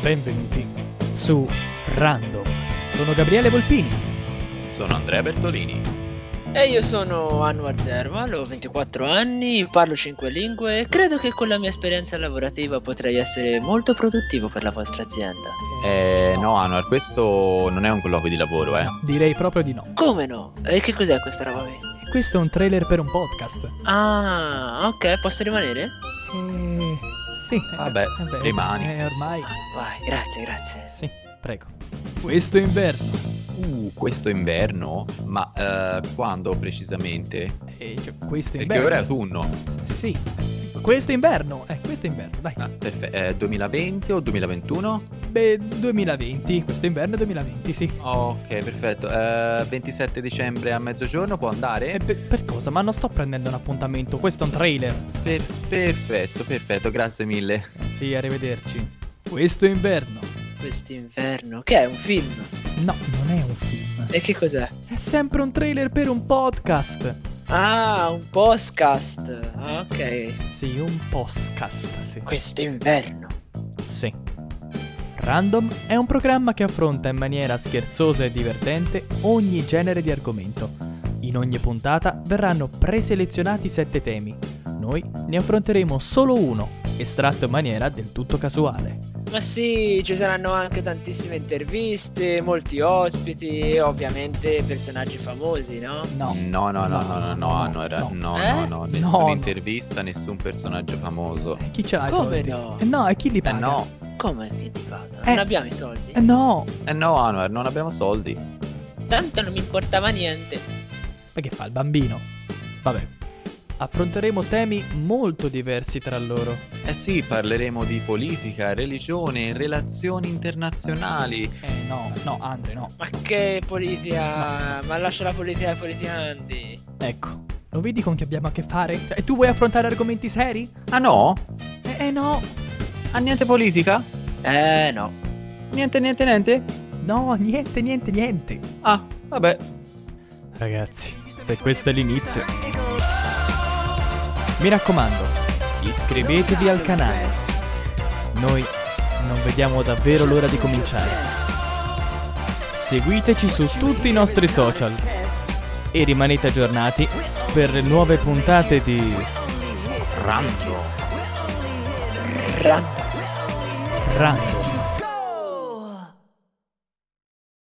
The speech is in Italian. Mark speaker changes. Speaker 1: Benvenuti su Random. Sono Gabriele Volpini.
Speaker 2: Sono Andrea Bertolini.
Speaker 3: E io sono Anwar Zermal, ho 24 anni, parlo 5 lingue e credo che con la mia esperienza lavorativa potrei essere molto produttivo per la vostra azienda.
Speaker 2: Eh, no, Anwar, questo non è un colloquio di lavoro, eh.
Speaker 1: Direi proprio di no.
Speaker 3: Come no? E che cos'è questa roba qui?
Speaker 1: Questo è un trailer per un podcast.
Speaker 3: Ah, ok, posso rimanere?
Speaker 1: Eh, sì. eh,
Speaker 2: Vabbè,
Speaker 1: eh,
Speaker 2: rimani.
Speaker 1: eh, ormai.
Speaker 3: Vai, grazie, grazie.
Speaker 1: Sì, prego. Questo inverno.
Speaker 2: Uh, questo inverno? Ma eh, quando precisamente?
Speaker 1: Eh, cioè, questo
Speaker 2: Perché
Speaker 1: inverno.
Speaker 2: ora è autunno.
Speaker 1: S- Sì. Questo inverno. Eh, questo inverno, dai.
Speaker 2: Ah, perfe- eh, 2020 o 2021?
Speaker 1: Beh, 2020. Questo inverno è 2020, sì.
Speaker 2: Ok, perfetto. Eh, 27 dicembre a mezzogiorno può
Speaker 1: E
Speaker 2: andare?
Speaker 1: Eh, per, per cosa? Ma non sto prendendo un appuntamento, questo è un trailer.
Speaker 2: Per- perfetto, perfetto, grazie mille.
Speaker 1: Sì, arrivederci. Questo inverno.
Speaker 3: Quest'inverno, che è un film?
Speaker 1: No, non è un film.
Speaker 3: E che cos'è?
Speaker 1: È sempre un trailer per un podcast.
Speaker 3: Ah, un podcast. Ah, ok.
Speaker 1: Sì, un podcast, sì.
Speaker 3: Quest'inverno.
Speaker 1: Sì. Random è un programma che affronta in maniera scherzosa e divertente ogni genere di argomento. In ogni puntata verranno preselezionati sette temi. Noi ne affronteremo solo uno, estratto in maniera del tutto casuale.
Speaker 3: Ma sì, ci saranno anche tantissime interviste, molti ospiti e ovviamente personaggi famosi, no?
Speaker 1: No.
Speaker 2: No, no, no, no, no, no, Anwar,
Speaker 1: no.
Speaker 2: no, no,
Speaker 3: Eh?
Speaker 2: no,
Speaker 1: No, no.
Speaker 2: nessuna intervista, nessun personaggio famoso.
Speaker 1: Eh, Chi ce l'ha i
Speaker 3: Come
Speaker 1: soldi?
Speaker 3: no?
Speaker 1: Eh, no, e chi li
Speaker 2: Eh
Speaker 1: paga?
Speaker 2: no,
Speaker 3: Come che ti paga?
Speaker 1: Eh.
Speaker 3: Non abbiamo i soldi.
Speaker 1: Eh no!
Speaker 2: eh no, Anwar, non abbiamo soldi.
Speaker 3: Tanto non mi importava niente.
Speaker 1: Ma che fa il bambino? Vabbè. Affronteremo temi molto diversi tra loro.
Speaker 2: Eh sì, parleremo di politica, religione, relazioni internazionali.
Speaker 1: Eh no, no, Andre, no.
Speaker 3: Ma che politica? Ma lascia la politica ai politicanti.
Speaker 1: Ecco, lo vedi con chi abbiamo a che fare? E tu vuoi affrontare argomenti seri?
Speaker 2: Ah no?
Speaker 1: Eh, eh no!
Speaker 2: Ah, niente politica?
Speaker 3: Eh no.
Speaker 2: Niente, niente, niente?
Speaker 1: No, niente, niente, niente!
Speaker 2: Ah, vabbè.
Speaker 1: Ragazzi, se questo è l'inizio... Mi raccomando, iscrivetevi al canale. Noi non vediamo davvero l'ora di cominciare. Seguiteci su tutti i nostri social e rimanete aggiornati per le nuove puntate di
Speaker 2: Rando.
Speaker 3: Ra-
Speaker 1: Random.